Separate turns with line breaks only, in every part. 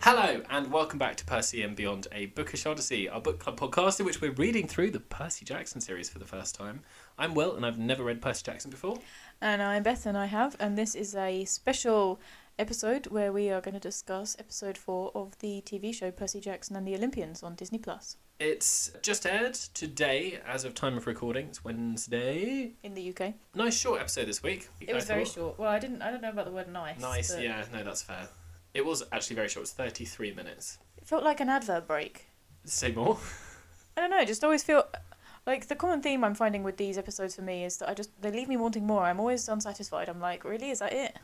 Hello, and welcome back to Percy and Beyond, a Bookish Odyssey, our book club podcast in which we're reading through the Percy Jackson series for the first time. I'm Will, and I've never read Percy Jackson before.
And I'm Beth, and I have, and this is a special episode where we are going to discuss episode four of the TV show Percy Jackson and the Olympians on Disney Plus
It's just aired today, as of time of recording. It's Wednesday.
in the UK.
Nice short episode this week.
It was
I
very
thought.
short. Well, I didn't. I don't know about the word nice.
Nice,
but
yeah. No, that's fair. It was actually very short. It's 33 minutes.
It felt like an advert break.
Say more.
I don't know. I just always feel like the common theme I'm finding with these episodes for me is that I just they leave me wanting more. I'm always unsatisfied. I'm like, really, is that it?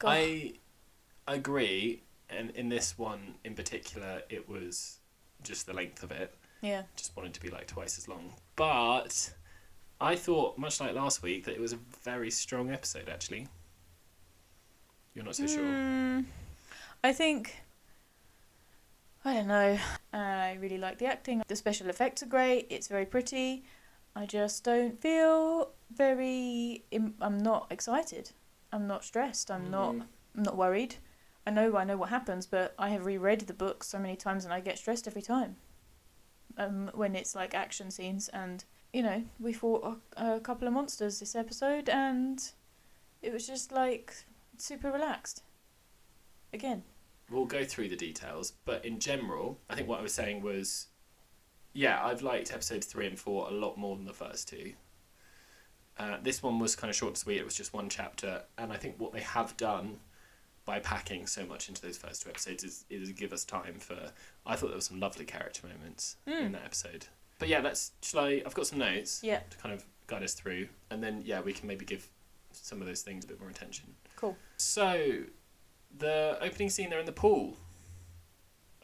God.
I agree, and in this one in particular, it was just the length of it.
Yeah.
just wanted to be like twice as long. But I thought, much like last week, that it was a very strong episode. Actually, you're not so sure.
Mm, I think. I don't know. I really like the acting. The special effects are great. It's very pretty. I just don't feel very. im- I'm not excited. I'm not stressed. I'm not.
Mm.
I'm not worried. I know. I know what happens, but I have reread the book so many times, and I get stressed every time. Um, when it's like action scenes, and you know, we fought a, a couple of monsters this episode, and it was just like super relaxed. Again,
We'll go through the details, but in general, I think what I was saying was, yeah, I've liked episodes three and four a lot more than the first two. Uh, this one was kind of short and sweet. It was just one chapter, and I think what they have done by packing so much into those first two episodes is, is give us time for. I thought there were some lovely character moments in
Mm.
that episode. But yeah, let's. Shall I? I've got some notes
Yeah.
to kind of guide us through, and then yeah, we can maybe give some of those things a bit more attention.
cool.
So, the opening scene, they're in the pool.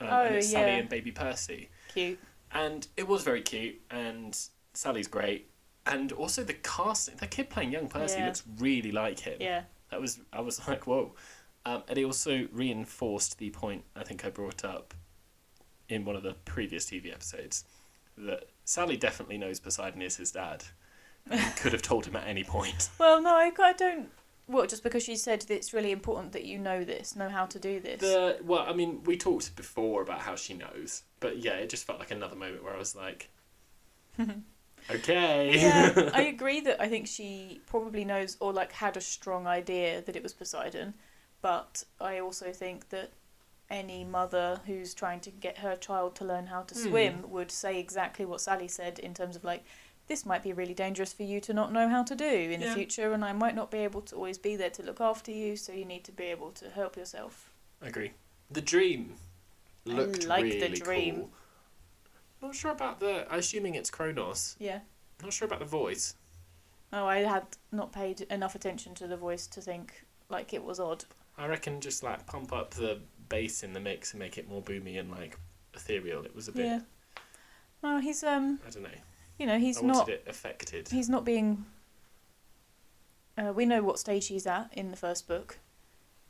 Um, and
Oh,
it's Sally
yeah.
and baby Percy.
Cute.
And it was very cute, and Sally's great. And also the casting, that kid playing young Percy
Yeah.
looks really like him.
Yeah.
That was, I was like, whoa. Um, and it also reinforced the point I think I brought up in one of the previous TV episodes that Sally definitely knows Poseidon is his dad. and could have told him at any point.
Well, no, I, I don't. Well, just because she said that it's really important that you know this, know how to do this.
The well, I mean, we talked before about how she knows, but yeah, it just felt like another moment where I was like, okay,
yeah, I agree that I think she probably knows or like had a strong idea that it was Poseidon, but I also think that any mother who's trying to get her child to learn how to
Hmm.
swim would say exactly what Sally said in terms of like this might be really dangerous for you to not know how to do in
Yeah.
the future and I might not be able to always be there to look after you so you need to be able to help yourself.
agree. The dream
I
looked
like the
really
dream.
cool. Not sure about the. I'm assuming it's Kronos.
Yeah.
Not sure about the voice.
Oh, I had not paid enough attention to the voice to think like it was odd.
I reckon just like pump up the bass in the mix and make it more boomy and like ethereal. It was a bit.
Yeah. No, he's um,
I don't know.
you know, he's
I
not
wanted it affected.
He's not being. Uh, we know what stage he's at in the first book.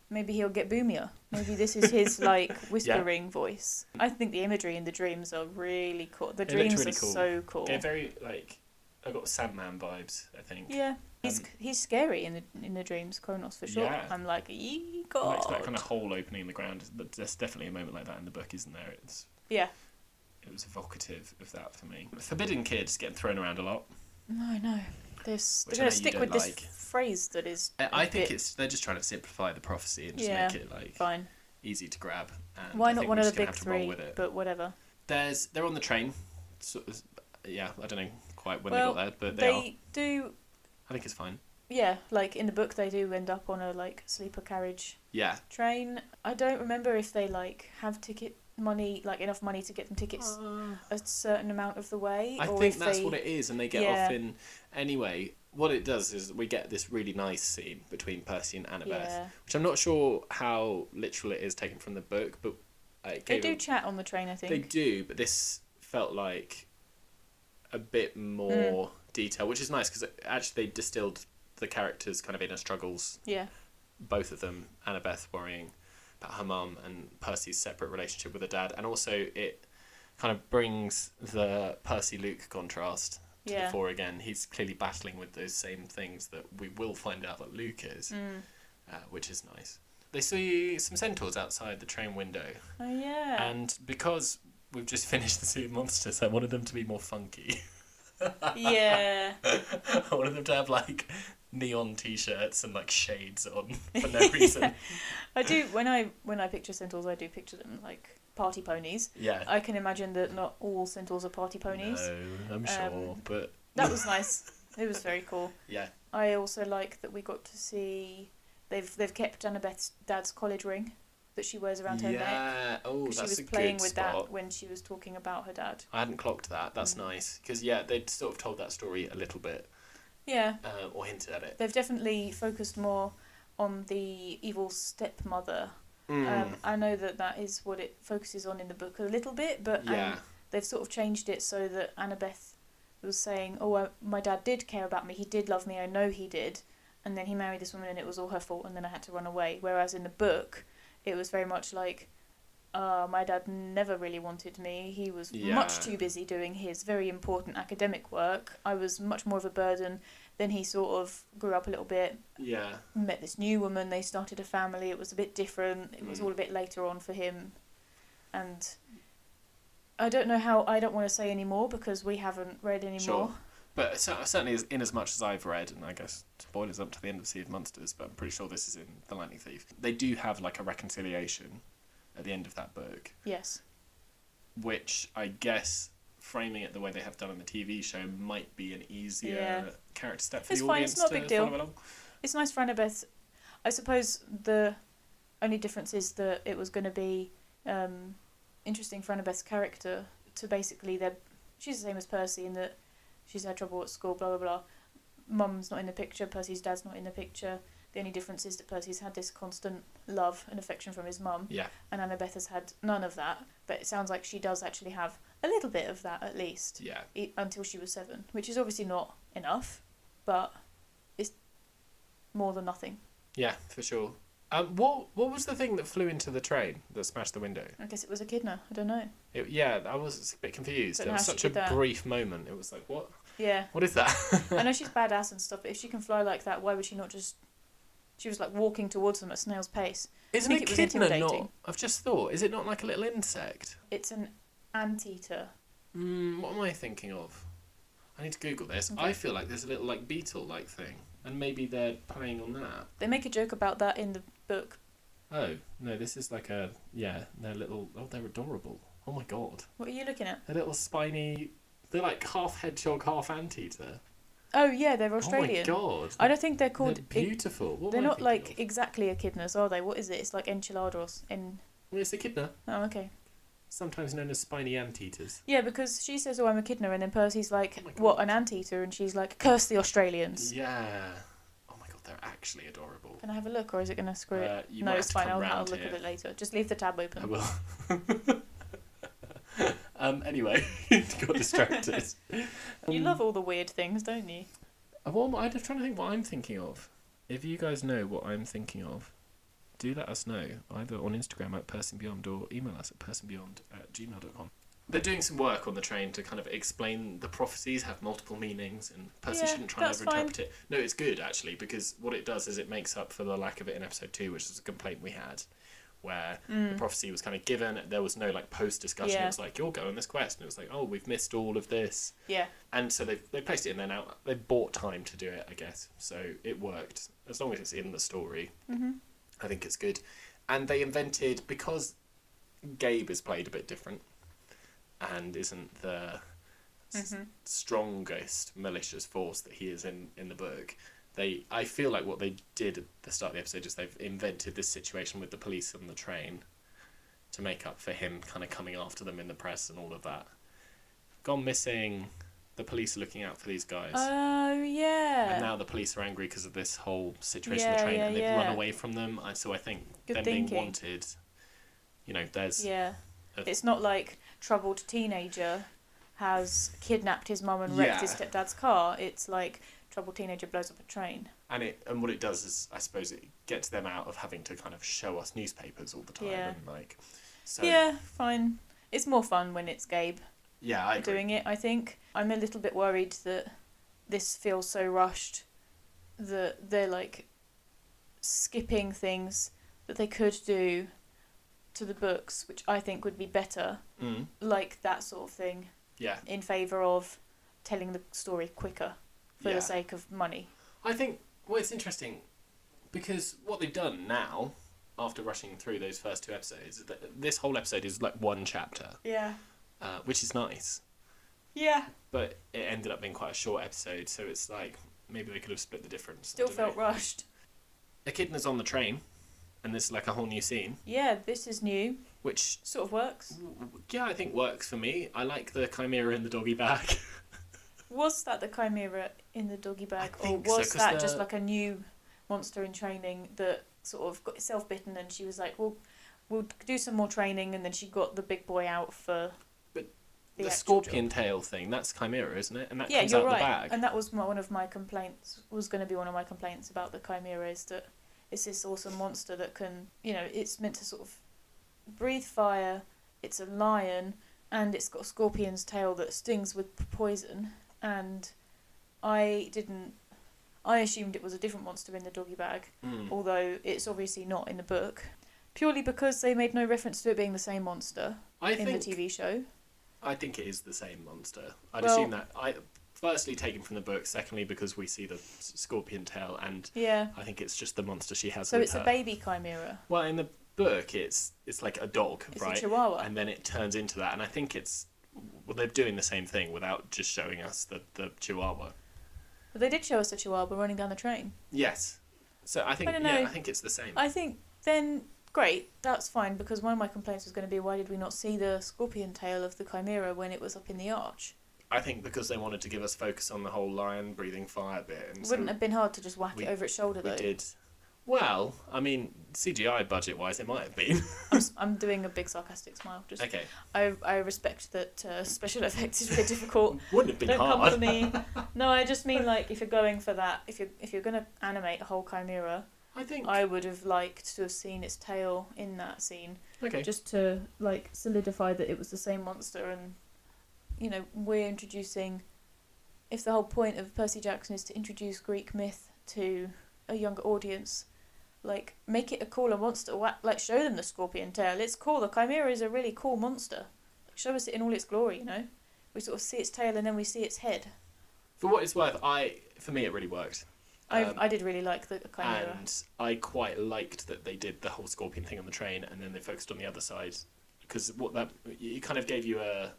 Maybe he'll get boomier. Maybe this is his like whispering voice. I think the imagery in the dreams are really cool.
They
The
looked
dreams
really
are
cool.
so cool.
Yeah, very like. I got Sandman vibes. I think.
Yeah, he's
Um,
he's scary in the in the dreams, Kronos for sure.
Yeah.
I'm like, ye
Well,
god.
It's that kind of hole opening in the ground. But There's definitely a moment like that in the book, isn't there? It's
Yeah.
it was evocative of that for me. Forbidden kids getting thrown around a lot.
No, no. They're, s-
Which
they're
I know
gonna
you
stick
don't
with
like.
this phrase that is.
I
a
think
bit
it's they're just trying to simplify the prophecy and just
Yeah,
make it like
fine.
easy to grab. And
Why
I
not
think
one
we're
of the
just gonna
big
have to roll
three?
With it.
But whatever.
There's they're on the train. So, yeah, I don't know quite when
Well,
they got there, but they,
they
are.
do
I think it's fine.
Yeah, like in the book, they do end up on a like sleeper carriage
Yeah.
train. I don't remember if they like have ticket money, like enough money to get them tickets
Uh,
a certain amount of the way.
I
or
think
if
that's
they...
what it is, and they get
Yeah.
off in anyway. What it does is we get this really nice scene between Percy and Annabeth,
Yeah,
which I'm not sure how literal it is taken from the book, but uh, it
they
gave
do
a-
chat on the train. I think.
they do, but this felt like a bit
Hmm.
more detail, which is nice because actually they distilled the characters' kind of inner struggles,
Yeah,
both of them, Annabeth worrying about her mum and Percy's separate relationship with her dad, and also it kind of brings the Percy Luke contrast to the
Yeah.
fore again. He's clearly battling with those same things that we will find out that Luke is,
Mm.
uh, which is nice. they see some centaurs outside the train window,
Oh yeah.
and because we've just finished the two monsters, I wanted them to be more funky.
yeah.
I wanted them to have like neon T-shirts and like shades on for no reason.
I do when I when I picture centaurs, I do picture them like party ponies.
yeah.
I can imagine that not all centaurs are party ponies.
No, I'm sure,
Um,
but
That was nice. it was very cool.
yeah,
I also like that we got to see they've they've kept Annabeth's dad's college ring that she wears around her neck.
yeah. Oh,
'Cause She
that's
was
a
playing
good
with
spot.
that when she was talking about her dad.
I hadn't clocked that. That's
Mm.
nice because yeah, they'd sort of told that story a little bit
Yeah,
uh, or hinted at it.
they've definitely focused more on the evil stepmother.
Hmm.
Um,
Mm.
I know that that is what it focuses on in the book a little bit, but um,
yeah,
they've sort of changed it so that Annabeth was saying, "Oh, I, my dad did care about me. He did love me. I know he did." And then he married this woman, and it was all her fault. And then I had to run away. Whereas in the book, it was very much like, uh, "My dad never really wanted me. He was much
Yeah.
too busy doing his very important academic work. I was much more of a burden." Then he sort of grew up a little bit,
yeah,
met this new woman. They started a family. It was a bit different. It was
Mm.
all a bit later on for him, and I don't know how. I don't want to say any more because we haven't read any
Sure.
more.
but cer- certainly as, in as much as I've read, and I guess spoilers up to the end of Sea of Monsters, but I'm pretty sure this is in The Lightning Thief. They do have like a reconciliation at the end of that book,
Yes.
which I guess framing it the way they have done in the TV show might be an easier
Yeah.
character step for
It's
the
fine,
audience
it's not a
to
big deal.
follow along.
It's nice for Annabeth. I suppose the only difference is that it was going to be um, interesting for Annabeth's character to basically that she's the same as Percy in that she's had trouble at school, blah blah blah. Mum's not in the picture. Percy's dad's not in the picture. The only difference is that Percy's had this constant love and affection from his mum,
Yeah,
and Annabeth has had none of that. But it sounds like she does actually have a little bit of that at least
yeah.
e- until she was seven, which is obviously not enough, but it's more than nothing.
Yeah, for sure. Um, what what was the thing that flew into the train that smashed the window?
I guess it was echidna. I don't know.
It, yeah, I was a bit confused.
Don't
It
know
was
how she
such a
did that.
brief moment. It was like, what?
Yeah,
What is that?
I know she's badass and stuff, but if she can fly like that, why would she not just? She was like walking towards them at snail's pace.
Isn't
think it was
echidna not?
intimidating.
I've just thought. Is it not like a little insect?
It's an anteater.
Mm, what am I thinking of? I need to Google this.
Okay.
I feel like there's a little like beetle like thing, and maybe they're playing on that.
They make a joke about that in the book.
Oh no, this is like a yeah. They're little. Oh, they're adorable. Oh my god,
What are you looking at?
they're little spiny. They're like half hedgehog, half anteater.
Oh yeah, they're Australian.
Oh my god.
I don't think they're called. e,
They're
They're,
beautiful. What
they're
am I
not
thinking
like
of?
exactly echidnas, are they? What is it? It's like enchilados. In
Well, it's echidna,
oh okay.
sometimes known as spiny anteaters.
Yeah, because she says, "Oh, I'm echidna," and then Percy's like,
Oh my God.
"What an anteater," and she's like, "Curse the Australians."
Yeah. Oh my god, they're actually adorable.
Can I have a look, or is it going to screw it?
Uh, you
no,
might
it's
have
fine.
to
I'll,
come
I'll
round
look
here.
at it later. Just leave the tab open.
I will. um, anyway, got distracted.
You
Um,
love all the weird things, don't you?
uh, What am I, I'm trying to think what I'm thinking of. If you guys know what I'm thinking of, do let us know either on Instagram at personbeyond or email us at personbeyond at gmail.com. They're doing some work on the train to kind of explain the prophecies have multiple meanings and Percy
Yeah,
shouldn't try and
that's fine.
overinterpret it. No, it's good actually because what it does is it makes up for the lack of it in episode two, which is a complaint we had where the prophecy was kind of given. There was no like post discussion.
Mm. Yeah.
It was like, you're going this quest. And it was like, oh, we've missed all of this
Yeah,
and so they've they placed it in there now. They bought time to do it, I guess. So it worked as long as it's in the story.
Mhm.
I think it's good, and they invented because Gabe is played a bit different, and isn't the s-
Mhm.
strongest malicious force that he is in in the book. They, I feel like what they did at the start of the episode is they've invented this situation with the police on the train to make up for him kind of coming after them in the press and all of that. Gone missing. The police are looking out for these guys.
Oh
and
yeah.
now the police are angry because of this whole situation on
Yeah,
the train
yeah,
and they've
yeah.
run away from them. And so I think
Good
them
thinking.
being wanted, you know, there's.
Yeah,
a-
it's not like troubled teenager has kidnapped his mum and wrecked his
Yeah.
stepdad's car. It's like troubled teenager blows up a train.
And, it, and what it does is, I suppose, it gets them out of having to kind of show us newspapers all the time.
Yeah.
And like. So,
Yeah, fine. It's more fun when it's Gabe.
yeah, I agree.
doing it. I think I'm a little bit worried that this feels so rushed that they're like skipping things that they could do to the books, which I think would be better,
Mm.
like that sort of thing,
Yeah.
in favour of telling the story quicker for
Yeah.
the sake of money.
I think well, it's interesting because what they've done now, after rushing through those first two episodes, is that this whole episode is like one chapter,
Yeah.
uh, which is nice.
Yeah.
But it ended up being quite a short episode, so it's like maybe they could have split the difference. I
Still
don't
felt
know.
rushed.
Echidna's on the train, and there's like a whole new scene,
Yeah, this is new.
which
Sort of works.
yeah, I think works for me. I like the chimera in the doggy bag.
Was that the chimera in the doggy bag, or
think so,
was
'cause
that
the-
just like a new monster in training that sort of got itself bitten and she was like, "Well, we'll do some more training," and then she got the big boy out for
But
the
The,
actual
scorpion tail thing, that's chimera, isn't it? And
job.
that
Yeah,
comes
you're
out
right.
the bag.
And that was my, one of my complaints. Was going to be one of my complaints about the chimera is that it's this awesome monster that can, you know, it's meant to sort of breathe fire. It's a lion, and it's got a scorpion's tail that stings with p- poison. And I didn't. I assumed it was a different monster in the doggy bag,
Mm.
although it's obviously not in the book, purely because they made no reference to it being the same monster
I
in
think
the TV show.
I think it is the same monster. I'd
Well-
assume that. I firstly taken from the book. Secondly, because we see the s- scorpion tail, and
Yeah.
I think it's just the monster she has.
So
with
it's
her.
a baby chimera.
Well, in the book, it's it's like a dog,
It's
right?
a chihuahua.
And then it turns into that, and I think it's well, they're doing the same thing without just showing us the the chihuahua.
But they did show us a chihuahua running down the train.
Yes. So I think
I don't
yeah,
know.
I think it's the same.
I think then great, that's fine because one of my complaints was going to be why did we not see the scorpion tail of the chimera when it was up in the arch?
I think because they wanted to give us focus on the whole lion breathing fire bit, and so
Wouldn't have been hard to just whack
we-
it over its shoulder
we
though.
did. Well, I mean, CGI budget wise, it might have been.
I'm, s- I'm doing a big sarcastic smile. Just
okay,
I I respect that uh, special effects is really difficult.
wouldn't have been
Don't
hard.
come for me. No, I just mean like if you're going for that, if you are if you're going to animate a whole chimera,
I think.
I would have liked to have seen its tail in that scene.
okay.
just to like solidify that it was the same monster and you know we're introducing if the whole point of percy jackson is to introduce greek myth to a younger audience like make it a cooler monster Wha- like show them the scorpion tail it's cool the chimera is a really cool monster show us it in all its glory you know we sort of see its tail and then we see its head
For what it's worth, I for me it really worked, Um,
I, I did really like the chimera
and I quite liked that they did the whole scorpion thing on the train, and then they focused on the other side because what that it kind of gave you a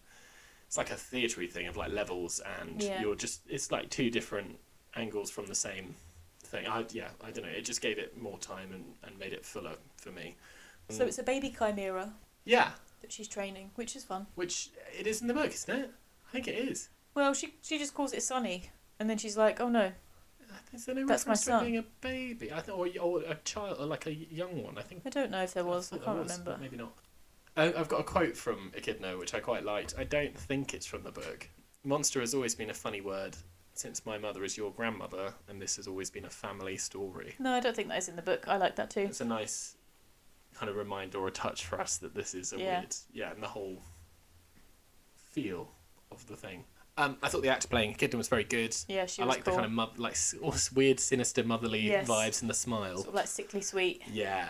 it's like a theatery thing of like levels, and
Yeah.
you're just it's like two different angles from the same thing. I yeah, I don't know. It just gave it more time and and made it fuller for me. Mm.
so it's a baby chimera
Yeah,
that she's training which is fun
which it is in the book, isn't it? I think it is.
well she she just calls it sunny and then she's like oh no
Is there no
That's my
reference to it
son.
being a baby? I think, or, or a child, or like a young one. I think
I don't know if there was. I
thought
can't
there was, but
remember.
Maybe not. Oh, I've got a quote from Echidna, which I quite liked. I don't think it's from the book. Monster has always been a funny word since my mother is your grandmother, and this has always been a family story.
No, I don't think that is in the book. I like that too.
It's a nice kind of reminder or a touch for us that this is a
Yeah.
weird, yeah, and the whole feel of the thing. Um, I thought the actor playing Echidna was very good.
Yeah, she
I
was
like
cool.
the kind of mo- like s- almost weird, sinister, motherly
Yes.
vibes and the smile.
sort of like sickly sweet.
Yeah.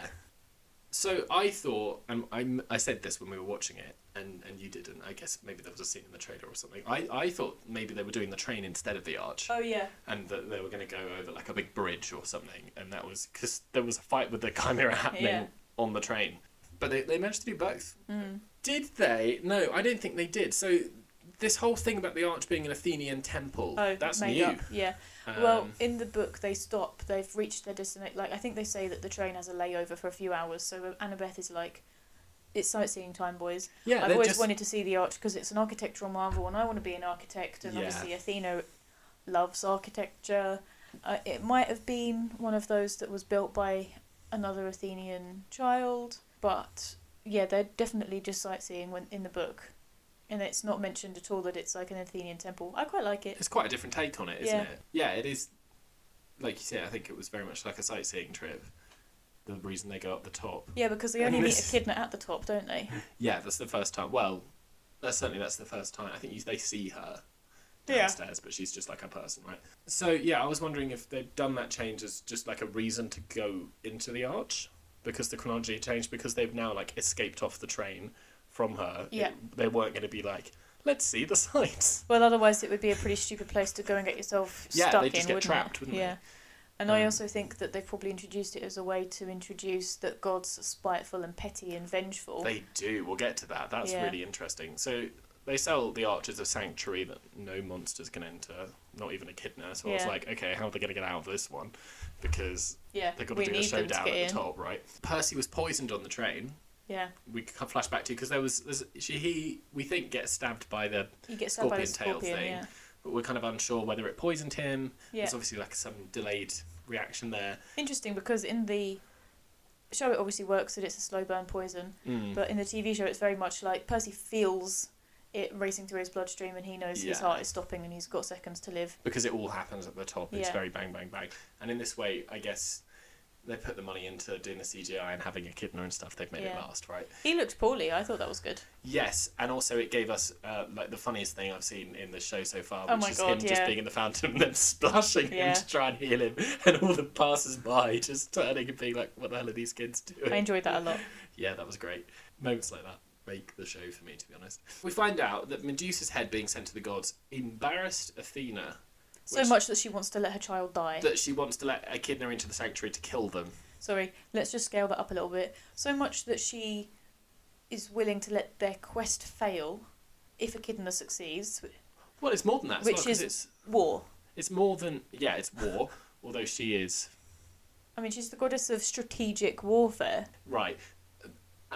So I thought, and I'm, I said this when we were watching it, and, and you didn't. I guess maybe there was a scene in the trailer or something. I, I thought maybe they were doing the train instead of the arch,
Oh yeah.
and that they were going to go over like a big bridge or something. And that was because there was a fight with the chimera happening
Yeah.
on the train. But they, they managed to do both.
Mm.
Did they? No, I don't think they did. So this whole thing about the arch being an Athenian temple,
Oh,
that's
made
new.
up. Yeah.
Um,
well, in the book, they stop. They've reached their destination. Like I think they say that the train has a layover for a few hours. So Annabeth is like, "It's sightseeing time, boys."
yeah,
I've
they're
always
just-
wanted to see the arch because it's an architectural marvel, and I want to be an architect. And
Yeah.
obviously, Athena loves architecture. Uh, it might have been one of those that was built by another Athenian child, but yeah, they're definitely just sightseeing when in the book, and it's not mentioned at all that it's like an Athenian temple. I quite like it.
it's quite a different take on it, isn't
Yeah.
it? Yeah, it is. Like you say, I think it was very much like a sightseeing trip. The reason they go up the top.
Yeah, because they
And
only meet
this-
Echidna at the top, don't they?
Yeah, that's the first time. Well, that's certainly that's the first time. I think you, they see her
Yeah.
downstairs, but she's just like a person, right? So yeah, I was wondering if they've done that change as just like a reason to go into the arch. because the chronology changed because they've now like escaped off the train from her.
Yeah.
It- they weren't going to be like, let's see the sights.
Well, otherwise it would be a pretty stupid place to go and get yourself
Yeah,
stuck
they'd just
in,
get
wouldn't
trapped,
it?
wouldn't they?
yeah. And I
Um,
also think that they've probably introduced it as a way to introduce that God's spiteful and petty and vengeful.
They do. We'll get to that. That's
Oh. Yeah.
really interesting. So they sell the arches of sanctuary that no monsters can enter, not even echidna. So I was
Yeah.
like, okay, how are they going to get out of this one? Because
yeah,
they've got
we
to do a
need them to
showdown
get
at
in.
the top, right? Percy was poisoned on the train.
Yeah,
We can flash back to because there was there's, she he we think gets stabbed by the
he gets stabbed by the
Scorpion tail
scorpion.
thing.
Yeah,
but we're kind of unsure whether it poisoned him.
yeah.
There's obviously like some delayed reaction there.
Interesting because in the show it obviously works that it's a slow burn poison,
Mm.
but in the TV show it's very much like Percy feels it racing through his bloodstream and he knows his
Yeah.
heart is stopping and he's got seconds to live.
because it all happens at the top. It's
Yeah.
very bang, bang, bang. And in this way, I guess they put the money into doing the CGI and having echidna and stuff. They've made it
Yeah.
last, right?
He looked poorly. I thought that was good.
Yes, and also it gave us uh, like the funniest thing I've seen in the show so far, which
Oh my
is him
God,
just
yeah.
being in the fountain and then splashing
Yeah.
him to try and heal him, and all the passers-by just turning and being like, "What the hell are these kids doing?"
I enjoyed that a lot.
Yeah, that was great. Moments like that make the show for me, to be honest. We find out that Medusa's head being sent to the gods embarrassed Athena
So
Which-
much that she wants to let her child die.
that she wants to let Echidna into the sanctuary to kill them.
Sorry, let's just scale that up a little bit. So much that she is willing to let their quest fail if Echidna succeeds.
Well, it's more than that. as
Which
well, 'cause
is-
it's
War.
it's more than yeah, it's war. although she is
I mean, she's the goddess of strategic warfare.
right,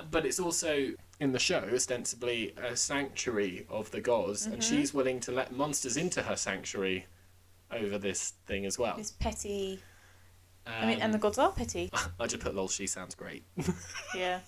but it's also in the show ostensibly a sanctuary of the gods, and
Mm-hmm.
she's willing to let monsters into her sanctuary over this thing as well.
It's petty.
Um,
I mean, and the gods are petty.
I just put lol. She sounds great.
yeah.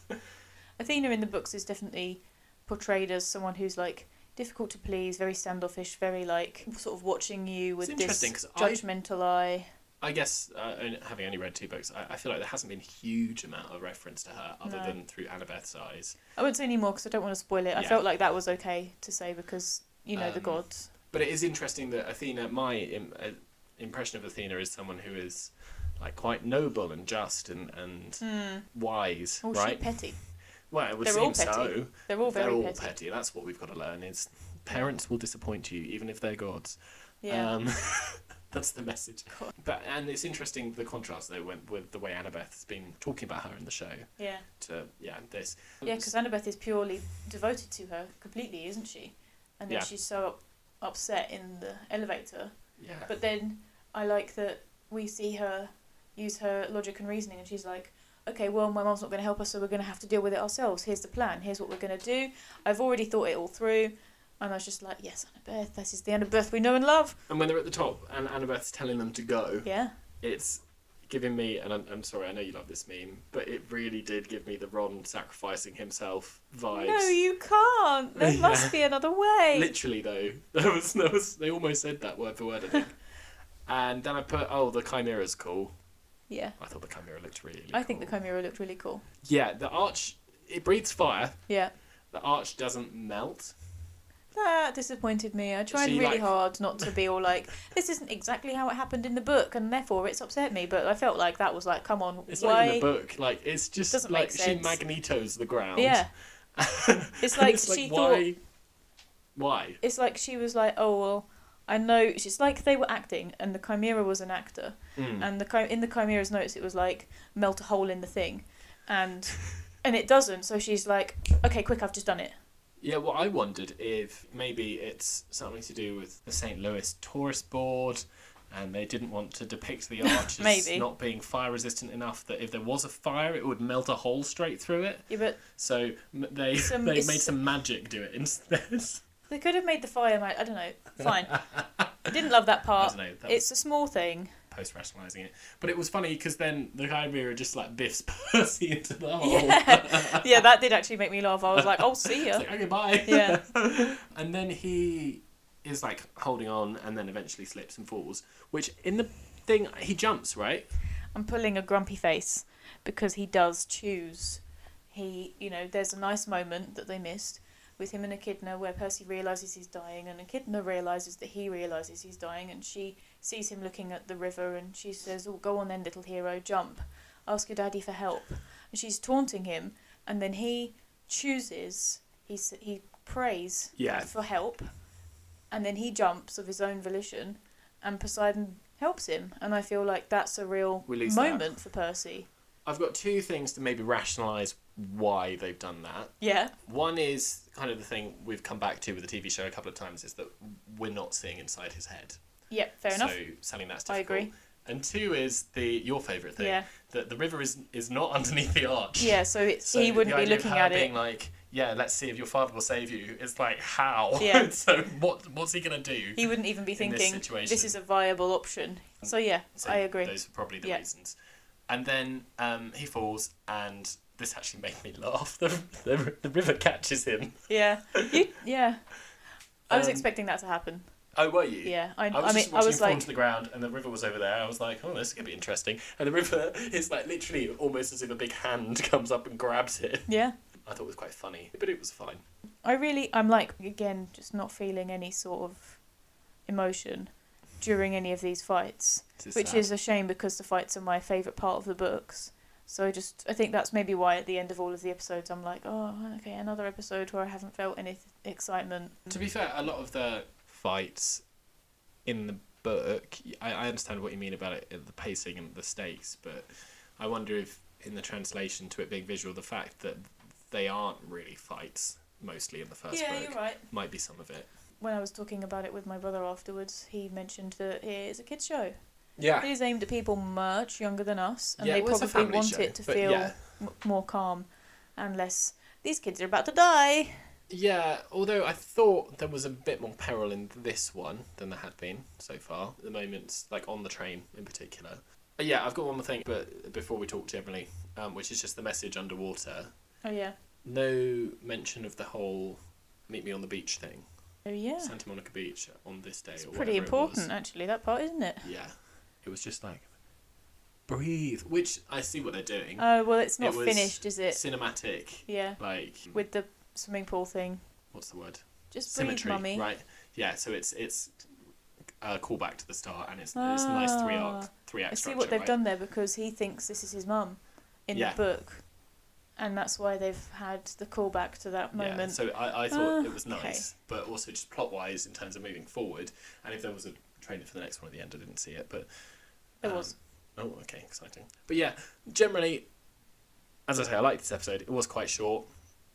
Athena in the books is definitely portrayed as someone who's like difficult to please, very standoffish, very like sort of watching you with
It's
this
interesting 'cause I-
judgmental eye.
I guess uh, and having only read two books, I, I feel like there hasn't been huge amount of reference to her other
No.
than through Annabeth's eyes.
I won't say any more because I don't want to spoil it. I
Yeah.
felt like that was okay to say because you know the
Um,
gods.
But it is interesting that Athena, my Im- uh, impression of Athena is someone who is like quite noble and just and and wise,
Well,
right?
Hmm. Oh, she petty.
well, it would
They're
seem
all petty.
so.
They're all
They're
very
all petty.
petty.
That's what we've got to learn. Is parents will disappoint you, even if they're gods.
Yeah.
Um, that's the message. But and it's interesting the contrast though with, with the way Annabeth's been talking about her in the show.
yeah.
To yeah, this.
Yeah, because Annabeth is purely devoted to her completely, isn't she? And then
Yeah.
she's so up- upset in the elevator.
yeah,
But then I like that we see her use her logic and reasoning, and she's like, okay, well, my mom's not going to help us, so we're going to have to deal with it ourselves. Here's the plan. Here's what we're going to do. I've already thought it all through. And I was just like, yes, Annabeth, this is the Annabeth we know and love.
and when they're at the top and Annabeth's telling them to go,
Yeah.
it's giving me and I'm, I'm sorry i know you love this meme but it really did give me the ron sacrificing himself vibes
No, you can't. There
Yeah.
must be another way.
literally though that was, that was they almost said that word for word i think and then i put oh the chimera's cool
yeah.
i thought the chimera looked really
I think the
cool.
Chimera looked really cool.
yeah the arch it breathes fire
Yeah.
the arch doesn't melt
That disappointed me. I tried
She,
really
like-
hard not to be all like, this isn't exactly how it happened in the book, and therefore it's upset me. But I felt like that was like, come on,
it's
why?
not in the book like it's just
Doesn't
like
make
she
sense.
magnetos the ground
Yeah, it's like
it's
she thought.
why why
It's like she was like, oh well, I know. It's like they were acting, and the Chimera was an actor,
Mm.
and the chi- in the Chimera's notes it was like melt a hole in the thing, and and it doesn't. So she's like, okay, quick, I've just done it.
Yeah, well, I wondered if maybe it's something to do with the St. Louis Tourist Board, and they didn't want to depict the arch as
Maybe.
not being fire resistant enough that if there was a fire, it would melt a hole straight through it.
Yeah, but
So m- they
Some-
they
it's-
made some magic do it instead.
they could have made the fire. ma- I don't know. Fine, didn't love that
I
part.
don't know. That
It's a small thing.
was post rationalising it, but it was funny because then the Chimera just like biffs Percy into the hole.
Yeah. yeah, that did actually make me laugh. I was like, "Oh, see ya."
It's like, okay, bye.
Yeah.
and then he is like holding on and then eventually slips and falls, which in the thing, he jumps, right?
I'm pulling a grumpy face because he does choose. He, you know, there's a nice moment that they missed with him and Echidna where Percy realizes he's dying and Echidna realizes that he realizes he's dying and she sees him looking at the river and she says, "Oh, go on then, little hero, jump. Ask your daddy for help." and she's taunting him, and then he chooses. He s- he prays
Yeah.
for help, and then he jumps of his own volition, and Poseidon helps him. And I feel like that's a real
Release that.
moment for Percy.
I've got two things to maybe rationalise why they've done that.
Yeah,
One is kind of the thing we've come back to with the TV show a couple of times is that we're not seeing inside his head.
yeah, fair
so
enough.
selling that's
I
difficult.
agree.
And two is the your favourite thing
Yeah.
that the river is is not underneath the arch.
Yeah, so, it's,
So
he wouldn't
the
be
idea
looking
of her
at it.
being like, yeah, let's see if your father will save you. It's like how?
Yeah.
so what what's he gonna do?
he wouldn't even be
in this
thinking this,
situation.
is a viable option. So yeah,
So
I agree.
Those are probably the
Yeah.
reasons. And then um, he falls, and this actually made me laugh. The, the, the river catches him.
Yeah, you, yeah. I was
Um,
expecting that to happen.
Oh, were you?
Yeah,
I
I,
was
I
just
mean, I
watching
was
him fall
like,
to the ground, and the river was over there. I was like, "Oh, this is gonna be interesting." And the river is like literally almost as if a big hand comes up and grabs it.
yeah.
I thought it was quite funny, but it was fine.
I really, I'm like, again, just not feeling any sort of emotion during any of these fights,
It's just
which
sad.
is a shame because the fights are my favourite part of the books. So I just, I think that's maybe why at the end of all of the episodes, I'm like, oh, okay, another episode where I haven't felt any th- excitement.
To be fair, a lot of the fights in the book, I, I understand what you mean about it, the pacing and the stakes, but I wonder if in the translation to it being visual, the fact that they aren't really fights mostly in the first book
right.
might be some of it.
When I was talking about it with my brother afterwards, he mentioned that it is a kids' show.
Yeah.
It is aimed at people much younger than us, and
Yeah,
they
well, it's a
probably
family
want
show,
it to
but
feel
yeah.
m- more calm and less. These kids are about to die.
Yeah, although I thought there was a bit more peril in this one than there had been so far. The moments, like on the train in particular. Uh, Yeah, I've got one more thing, but before we talk generally, um, which is just the message underwater.
Oh yeah,
no mention of the whole meet me on the beach thing
oh yeah.
santa monica beach on this day
It's
or
pretty
whatever it was.
important, actually, that part, isn't it?
yeah it was just like breathe which i see what they're doing
Oh well, it's
Mm. It
not
was
finished, is it?
cinematic
Yeah,
like
with the swimming pool thing.
what's the word
Just breathe,
symmetry
mummy.
right yeah so it's it's a callback to the start and it's, it's a nice three arc
Ah.
three
I
act
see
structure
what they've
right?
done there because he thinks this is his mum in
Yeah.
the book, and that's why they've had the callback to that moment.
Yeah, so I, I thought
Ah,
it was nice, but also just plot wise in terms of moving forward. And if there was a trailer for the next one at the end, I didn't see it, but
There was.
Oh, okay, exciting. But yeah, generally, as I say, I liked this episode. It was quite short.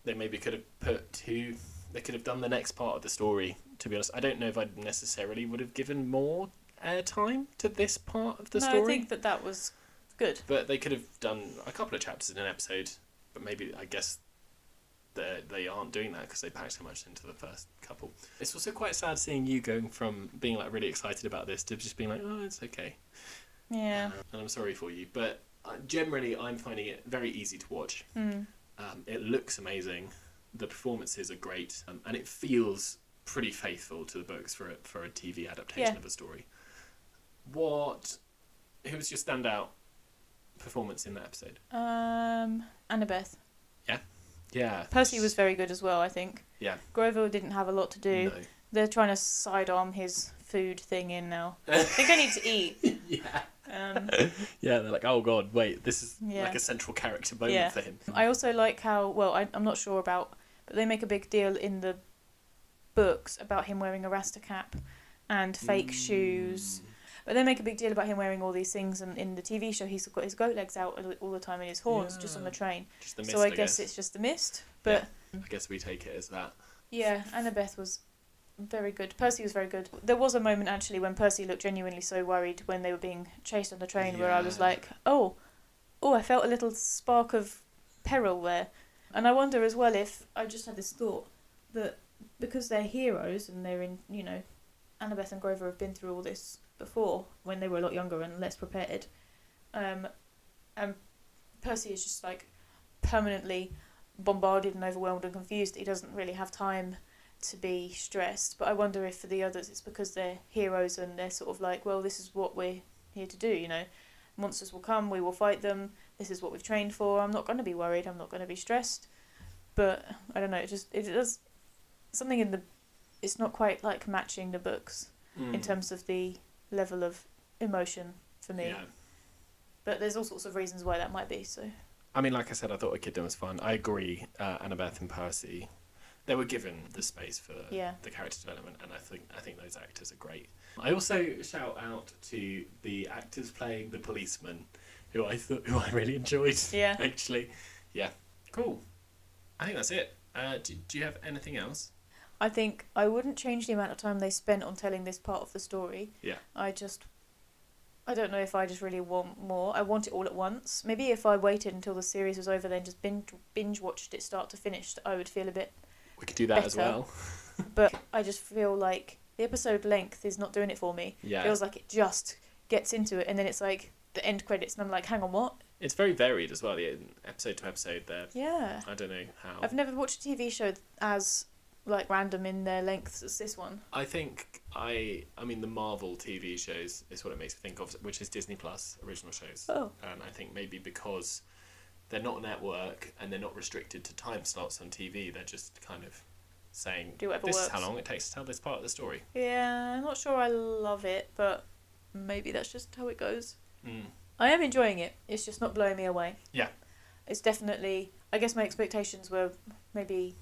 They maybe could have put two. They could have done the next part of the story. To be honest, I don't know if I necessarily would have given more airtime to this part of the
no,
story.
I think that that was good.
But they could have done a couple of chapters in an episode, but maybe I guess they they aren't doing that because they packed so much into the first couple. It's also quite sad seeing you going from being like really excited about this to just being like, oh, it's okay.
Yeah.
And I'm sorry for you, but uh, generally I'm finding it very easy to watch.
Mm.
Um, it looks amazing, the performances are great, um, and it feels pretty faithful to the books for a, for a TV adaptation
Yeah.
of a story. What? Who was your standout performance in that episode?
Um, Annabeth.
Yeah.
Percy was very good as well, I think.
Yeah.
Grover didn't have a lot to do. They're trying to sidearm his food thing in now. I think I need to eat.
Yeah.
Um,
Yeah, they're like, oh god, wait, this is
Yeah.
like a central character moment
Yeah.
for him.
I also like how, well, I, I'm not sure about, but they make a big deal in the books about him wearing a Rasta cap and
Mm.
fake
Hmm.
shoes. But they make a big deal about him wearing all these things, and in the TV show, he's got his goat legs out all- all the time and his horns just on
Yeah.
the train.
Just the mist,
so I, guess, it's just the mist. But
I guess we take it as that.
Yeah, Annabeth was very good. Percy was very good. There was a moment actually when Percy looked genuinely so worried when they were being chased on the train where I was
Yeah.
like, oh, oh, I felt a little spark of peril there. And I wonder as well if I just had this thought that because they're heroes and they're in, you know, Annabeth and Grover have been through all this before when they were a lot younger and less prepared. Um, and Percy is just like permanently bombarded and overwhelmed and confused. He doesn't really have time to be stressed. But I wonder if for the others it's because they're heroes and they're sort of like, well, this is what we're here to do, you know. Monsters will come, we will fight them. This is what we've trained for. I'm not going to be worried. I'm not going to be stressed. But I don't know. It just it does something in the. It's not quite like matching the books
Hmm. Mm-hmm.
in terms of the level of emotion for me.
Yeah.
But there's all sorts of reasons why that might be. So
I mean, like I said, I thought the kid was fun. I agree, uh, Annabeth and Percy. They were given the space for
Yeah.
the character development, and I think I think those actors are great. I also shout out to the actors playing the policeman, who I thought who I really enjoyed.
Yeah.
actually, yeah, cool. I think that's it. Uh, do, do you have anything else?
I think I wouldn't change the amount of time they spent on telling this part of the story.
Yeah.
I just I don't know if I just really want more. I want it all at once. Maybe if I waited until the series was over then just binge binge watched it start to finish, I would feel a bit.
We could do that as
Better.
well.
But I just feel like the episode length is not doing it for me.
Yeah,
Feels like it just gets into it and then it's like the end credits and I'm like, "Hang on, what?"
it's very varied as well. The episode to episode, there.
Yeah.
I don't know how.
I've never watched a TV show as like random in their lengths as this one.
I think I I mean the Marvel TV shows is what it makes me think of, which is Disney Plus original shows.
Oh.
And I think maybe because they're not a network and they're not restricted to time slots on TV, they're just kind of saying
Do whatever
this is
works."
how long it takes to tell this part of the story.
Yeah, I'm not sure I love it, but maybe that's just how it goes.
Mm.
I am enjoying it. It's just not blowing me away.
Yeah.
It's definitely. I guess my expectations were maybe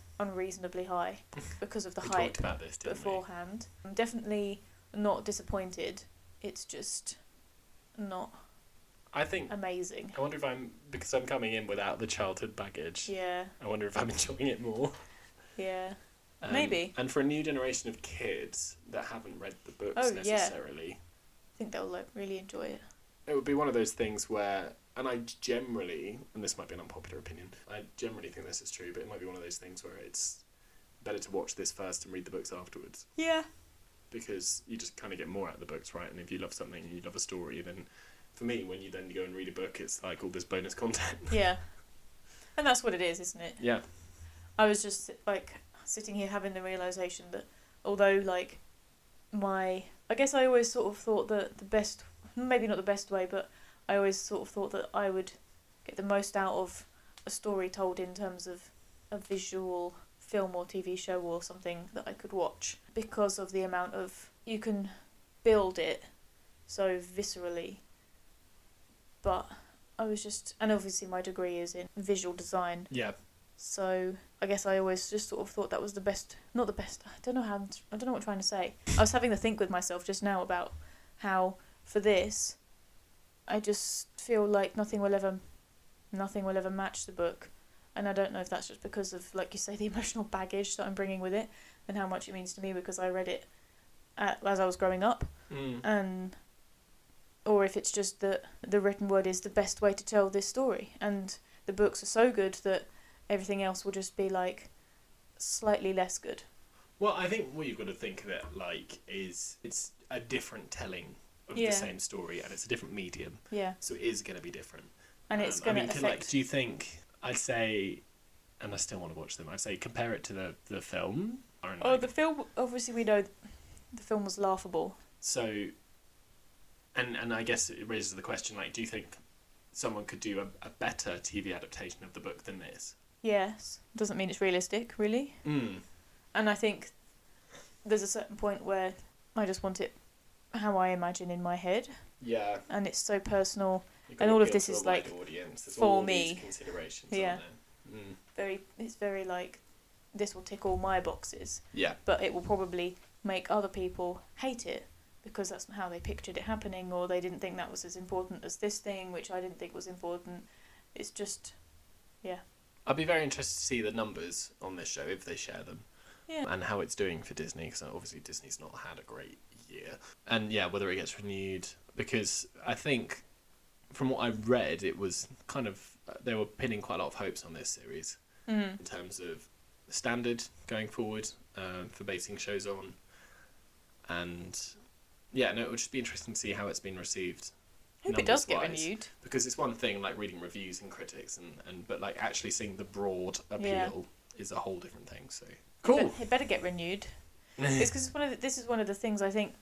unreasonably high because of the
we
hype
talked about this, didn't
beforehand. I'm definitely not disappointed. It's just not
we? I think
Um, amazing.
I wonder if I'm because I'm coming in without the childhood baggage.
Yeah,
I wonder if I'm enjoying it more. Um,
yeah. Maybe.
And for a new generation of kids that haven't read the books
Oh, yeah.
necessarily.
I think they'll like really enjoy it.
it would be one of those things where and i generally and this might be an unpopular opinion i generally think this is true but it might be one of those things where it's better to watch this first and read the books afterwards
Yeah.
because you just kind of get more out of the books right and if you love something and you love a story then for me when you then go and read a book it's like all this bonus content
Yeah. And that's what it is, isn't it?
yeah
I was just like sitting here having the realization that although like my I guess I always sort of thought that the best maybe not the best way but I always sort of thought that I would get the most out of a story told in terms of a visual film or TV show or something that I could watch because of the amount of you can build it so viscerally but I was just and obviously my degree is in visual design
yeah
so I guess I always just sort of thought that was the best, not the best. I don't know how I'm, I don't know what I'm trying to say. I was having to think with myself just now about how for this, I just feel like nothing will ever, nothing will ever match the book, and I don't know if that's just because of like you say the emotional baggage that I'm bringing with it, and how much it means to me because I read it at, as I was growing up,
mm.
and or if it's just that the written word is the best way to tell this story and the books are so good that everything else will just be like slightly less good
well i think what you've got to think of it like is it's a different telling of
Yeah.
the same story and it's a different medium
yeah
so it is going to be different
and it's
Um,
going
I mean,
to
can,
affect
like, do you think? I'd say, and I still want to watch them. I'd say compare it to the the film. Iron
oh
Man.
the film obviously we know the film was laughable
So, and and I guess it raises the question: like, do you think someone could do a, a better TV adaptation of the book than this?
yes doesn't mean it's realistic really
Mm.
and I think there's a certain point where I just want it how I imagine in my head
Yeah,
and it's so personal And all of this is, like, for me.
Considerations.
Yeah.
There. Mm.
very it's very like this will tick all my boxes
Yeah.
but it will probably make other people hate it because that's not how they pictured it happening or they didn't think that was as important as this thing which i didn't think was important it's just
I'd be very interested to see the numbers on this show if they share them.
Yeah.
And how it's doing for Disney because obviously Disney's not had a great year. And yeah, whether it gets renewed because I think from what I read it was kind of they were pinning quite a lot of hopes on this series
mm,
in terms of standard going forward um, for basing shows on. And yeah, no, it would just be interesting to see how it's been received
hope it does get
Numbers-wise.
renewed
because it's one thing like reading reviews and critics and, and but like actually seeing the broad appeal is a whole different thing so cool
But it better get renewed it's because one of the, this is one of the things i think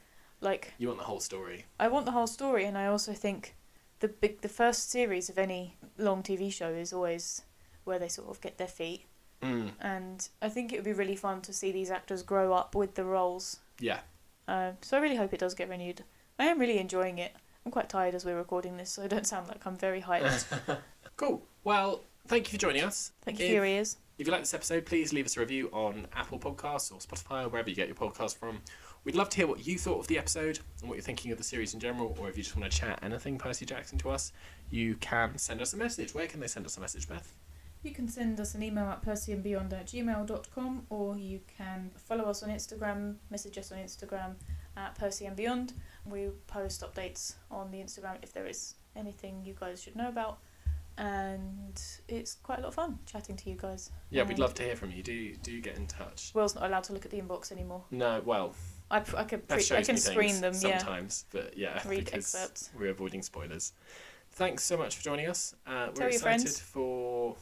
like
you want the whole story
I want the whole story, and I also think the big the first series of any long TV show is always where they sort of get their feet,
mm.
and I think it would be really fun to see these actors grow up with the roles.
yeah
Uh, so I really hope it does get renewed. I am really enjoying it. I'm quite tired as we're recording this, so I don't sound like I'm very hyped.
Cool. Well, thank you for joining us.
Thank you
If-
for your ears.
If you like this episode, please leave us a review on Apple Podcasts or Spotify or wherever you get your podcast from. We'd love to hear what you thought of the episode and what you're thinking of the series in general, or if you just want to chat anything Percy Jackson to us, you can send us a message. Where can they send us a message, Beth?
You can send us an email at percyandbeyond at gmail.com or you can follow us on Instagram, message us on Instagram at Percy and Beyond. We post updates on the Instagram if there is anything you guys should know about. And it's quite a lot of fun chatting to you guys.
Yeah, we'd
And
love to hear from you. Do do get in touch.
Will's not allowed to look at the inbox anymore.
No, well,
I, pr- I, could
Beth
pre-
shows
I can
me
screen
things
them, yeah.
sometimes, but yeah,
Read
because
excerpts.
we're avoiding spoilers. Thanks so much for joining us. Uh, we're
Tell your
excited
friends.
for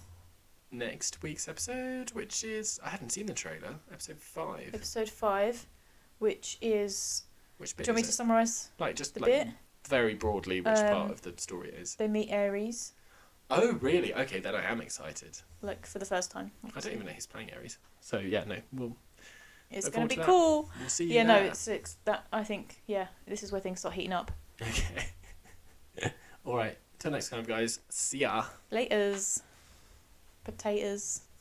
next week's episode, which is I haven't seen the trailer, episode five.
Episode 5, which is.
Which bit
Do you want me
is
to
it?
summarise
like just
the
like
bit?
very broadly which part
Um,
of the story it is?
They meet Ares,
Oh, really? Okay, then I am excited.
like for the first time.
I don't even know who's playing Ares. So yeah, no, we'll
It's
Look forward to
going to be
that.
cool.
we'll see you.
Yeah, no,
there.
it's it's that I think yeah, this is where things start heating up.
okay. All right. Till next time, guys. See ya.
Laters, potatoes.